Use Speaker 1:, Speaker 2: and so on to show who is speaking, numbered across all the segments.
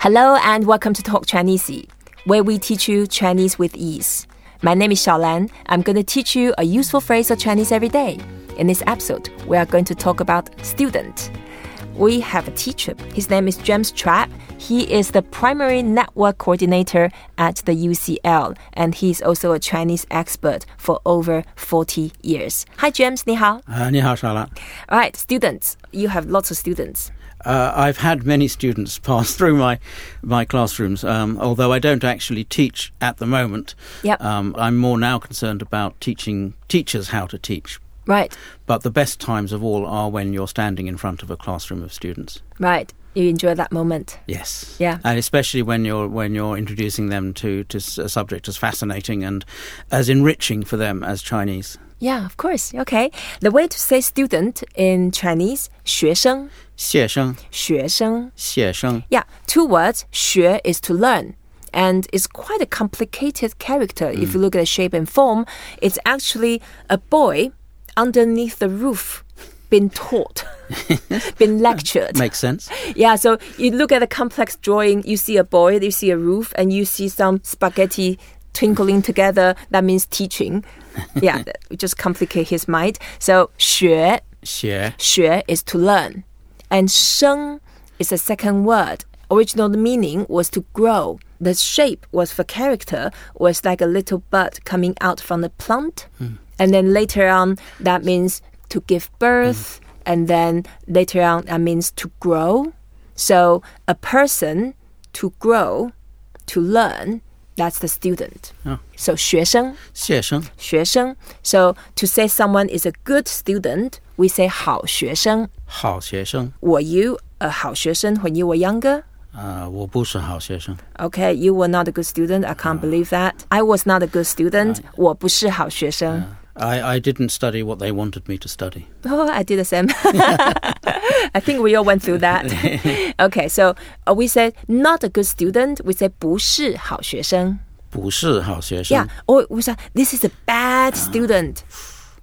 Speaker 1: Hello and welcome to Talk Chinese, where we teach you Chinese with ease. My name is Xiaolan. I'm going to teach you a useful phrase of Chinese every day. In this episode, we are going to talk about student. We have a teacher. His name is James Trapp. He is the primary network coordinator at the UCL, and he's also a Chinese expert for over 40 years. Hi, James. 你好.
Speaker 2: 啊，你好，莎拉。
Speaker 1: All right, students. You have lots of students.
Speaker 2: Uh, I've had many students pass through my my classrooms, um, although I don't actually teach at the moment.
Speaker 1: Yep.
Speaker 2: Um, I'm more now concerned about teaching teachers how to teach.
Speaker 1: Right,
Speaker 2: But the best times of all are when you're standing in front of a classroom of students.
Speaker 1: right. You enjoy that moment.
Speaker 2: Yes.
Speaker 1: Yeah.
Speaker 2: And especially when you're when you're introducing them to to s- a subject as fascinating and as enriching for them as Chinese.
Speaker 1: Yeah, of course. Okay. The way to say student in Chinese, 学生,
Speaker 2: 谢生,
Speaker 1: 学生.
Speaker 2: 谢生.
Speaker 1: Yeah, two words. 学 is to learn. And it's quite a complicated character. If you look at the shape and form, it's actually a boy underneath the roof been taught, been lectured.
Speaker 2: Makes sense.
Speaker 1: Yeah, so you look at a complex drawing, you see a boy, you see a roof, and you see some spaghetti twinkling together. That means teaching. Yeah, that- we just complicate his mind. So, 学,
Speaker 2: 谢
Speaker 1: 学 is to learn. And 生 is a second word. Original meaning was to grow. The shape was for character, was like a little bud coming out from the plant. And then later on, that means to give birth. And then later on, that means to grow. So a person to grow, to learn, that's the student.
Speaker 2: Oh.
Speaker 1: So 学生
Speaker 2: 谢生.
Speaker 1: 学生. So to say someone is a good student, we say 好学生.
Speaker 2: 好学生.
Speaker 1: Were you a 好学生 when you were younger?
Speaker 2: 啊、我不是好学生。
Speaker 1: Okay, you were not a good student. I can't believe that. I was not a good student. 我不是好学生.
Speaker 2: I, I didn't study what they wanted me to study.
Speaker 1: Oh, I did the same. I think we all went through that. okay, so uh, we said not a good student. We say 不是好学生.
Speaker 2: 不是好学生。
Speaker 1: Yeah, or we say this is a bad student.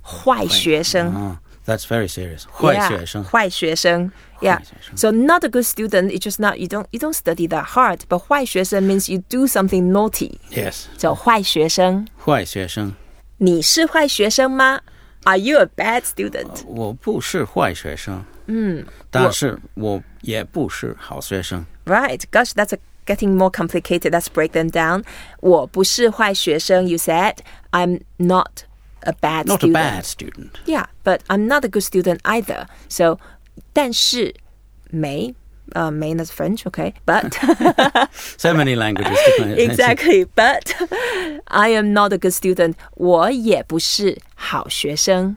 Speaker 1: 坏学生.
Speaker 2: Ah, that's very serious.
Speaker 1: Yeah,
Speaker 2: 坏学生.
Speaker 1: 坏学生. Yeah. So not a good student. It's just not you don't you don't study that hard. But 坏学生 means you do something naughty.
Speaker 2: Yes.
Speaker 1: So 坏学生.
Speaker 2: 坏学生.
Speaker 1: 你是坏学生吗? Are you a bad student?
Speaker 2: 我不是坏学生。但是我也不是好学生。
Speaker 1: Right. Gosh, that's a, getting more complicated. Let's break them down. 我不是坏学生. You said I'm not a bad
Speaker 2: Not a
Speaker 1: student.
Speaker 2: bad student.
Speaker 1: Yeah, but I'm not a good student either. So, 但是没, uh, 没 that's French, okay? But
Speaker 2: So many languages. to play.
Speaker 1: Exactly, but I am not a good student. 我也不是好学生。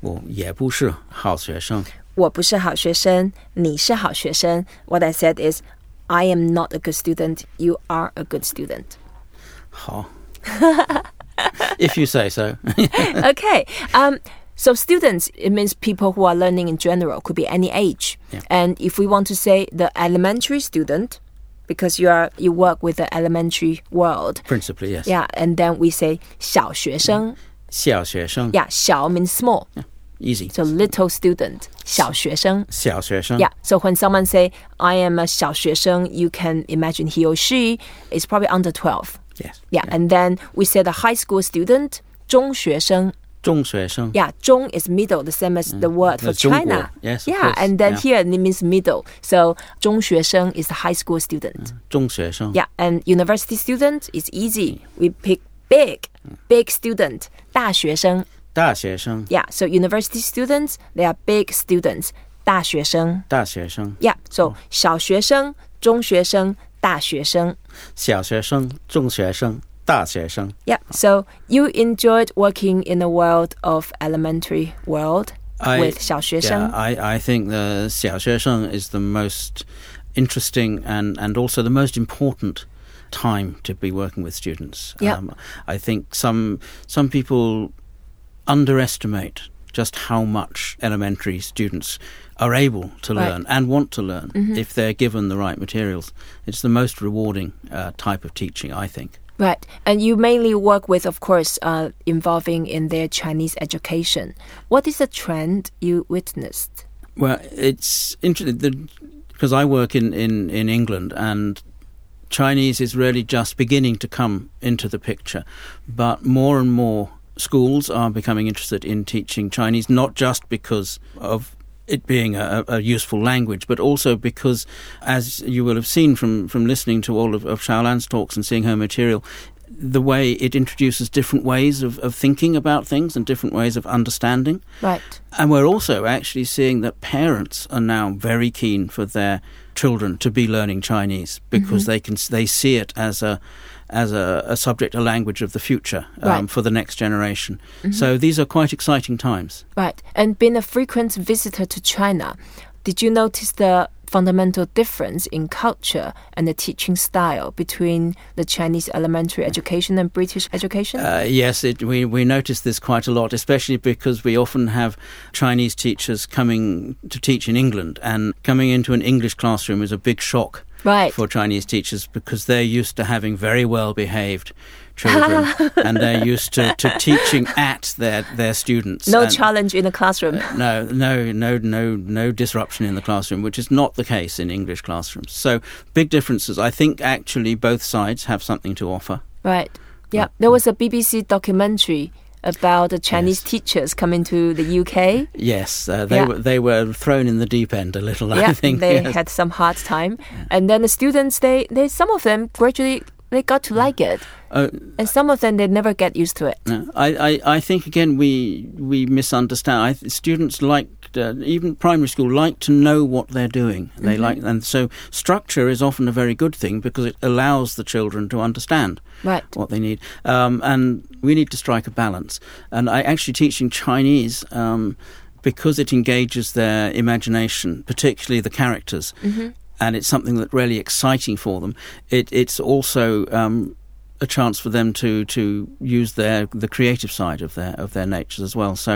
Speaker 2: 我也不是好学生。
Speaker 1: 我不是好学生，你是好学生。What I said is, I am not a good student. You are a good student.
Speaker 2: 好。if you say so.
Speaker 1: okay. Um, so students, it means people who are learning in general, could be any age.
Speaker 2: Yeah.
Speaker 1: And if we want to say the elementary student, because you are you work with the elementary world,
Speaker 2: Principally, yes.
Speaker 1: yeah. And then we say 小学生.
Speaker 2: 小学生.
Speaker 1: Yeah, 小 means small.
Speaker 2: Easy.
Speaker 1: So little student, 小学生.
Speaker 2: 小学生.
Speaker 1: Yeah. So when someone say I am a 小学生, you can imagine he or she is probably under 12.
Speaker 2: Yes.
Speaker 1: Yeah. And then we say the high school student, 中学生.
Speaker 2: 中学生.
Speaker 1: Yeah, 中 is middle, the same as the word for
Speaker 2: That's 中国.
Speaker 1: China.
Speaker 2: Mm. Yes, of
Speaker 1: Yeah,
Speaker 2: course.
Speaker 1: and then
Speaker 2: Yeah.
Speaker 1: here it means middle. So 中学生 is the high school student.
Speaker 2: Mm. 中学生.
Speaker 1: Yeah, and university student is
Speaker 2: Mm.
Speaker 1: easy. We pick big, big student, 大学生.
Speaker 2: 大学生.
Speaker 1: Yeah, so university students, they are big students, 大学生.
Speaker 2: 大学生。
Speaker 1: Yeah,
Speaker 2: Oh.
Speaker 1: so 小学生、中学生、大学生.
Speaker 2: 小学生、中学生、大学生，
Speaker 1: Yeah, so you enjoyed working in the world of elementary world
Speaker 2: I-
Speaker 1: with 小学生.
Speaker 2: Yeah, I, I think the 小学生 is the most interesting and, and also the most important time to be working with students. Um,
Speaker 1: Yeah.
Speaker 2: I think some some people underestimate just how much elementary students are able to
Speaker 1: Right. Mm-hmm.
Speaker 2: learn and want to learn if they're given the right materials. It's the most rewarding uh, type of teaching, I think.
Speaker 1: Right, and you mainly work with, of course, uh, involving in their Chinese education. What is the trend you witnessed?
Speaker 2: Well, it's interesting because I work in, in, in England, and Chinese is really just beginning to come into the picture, but more and more schools are becoming interested in teaching Chinese, not just because of it being a, a, useful language, but also because, as you will have seen from, from listening to all of, of Shaolan's talks and seeing her material, the way it introduces different ways of, of thinking about things and different ways of understanding.
Speaker 1: Right.
Speaker 2: And we're also actually seeing that parents are now very keen for their children to be learning Chinese because mm-hmm. they can they see it as a as a, a subject, a language of the future um,
Speaker 1: Right.
Speaker 2: for the next generation. So these are quite exciting times.
Speaker 1: Right. And being a frequent visitor to China, did you notice the fundamental difference in culture and the teaching style between the Chinese elementary education and British education?
Speaker 2: Uh, yes, it, we, we notice this quite a lot, especially because we often have Chinese teachers coming to teach in England, and coming into an English classroom is a big shock
Speaker 1: right.
Speaker 2: for Chinese teachers because they're used to having very well behaved children and they're used to, to teaching at their, their students.
Speaker 1: No
Speaker 2: and-
Speaker 1: challenge in the classroom.
Speaker 2: no, no, no, no, no disruption in the classroom, which is not the case in English classrooms. So, big differences. I think actually both sides have something to offer.
Speaker 1: Right. Yeah. There was a BBC documentary about the Chinese teachers coming to the UK.
Speaker 2: Yes, uh, they
Speaker 1: Yeah.
Speaker 2: were they were thrown in the deep end a little.
Speaker 1: yeah,
Speaker 2: I think
Speaker 1: they
Speaker 2: yes.
Speaker 1: had some hard time. And then the students they, they some of them gradually they got to like it.
Speaker 2: Uh,
Speaker 1: And some of them they never get used to it.
Speaker 2: no, I, I, I think again we we misunderstand. I, th- students like uh, even primary school like to know what they're doing. They like and so structure is often a very good thing because it allows the children to understand.
Speaker 1: Right.
Speaker 2: what they need. Um, and we need to strike a balance. And I actually teaching Chinese. Um, because it engages their imagination, particularly the characters, and it's something that's really exciting for them. It, it's also um, a chance for them to, to use their the creative side of their of their natures as well. So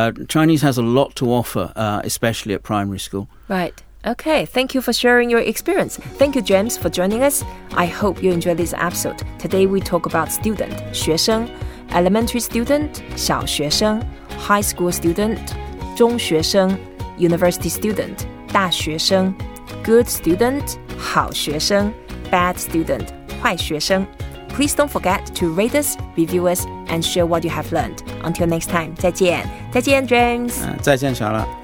Speaker 2: uh, Chinese has a lot to offer, uh, especially at primary school.
Speaker 1: Right. Okay, thank you for sharing your experience. Thank you, James, for joining us. I hope you enjoyed this episode. Today we talk about student, 学生, elementary student, 小学生, high school student, 中学生, university student, 大学生, good student, 好学生, bad student, 坏学生. Please don't forget to rate us, review us, and share what you have learned. Until next time, 再见.再见, James.
Speaker 2: Uh, 再见，小了。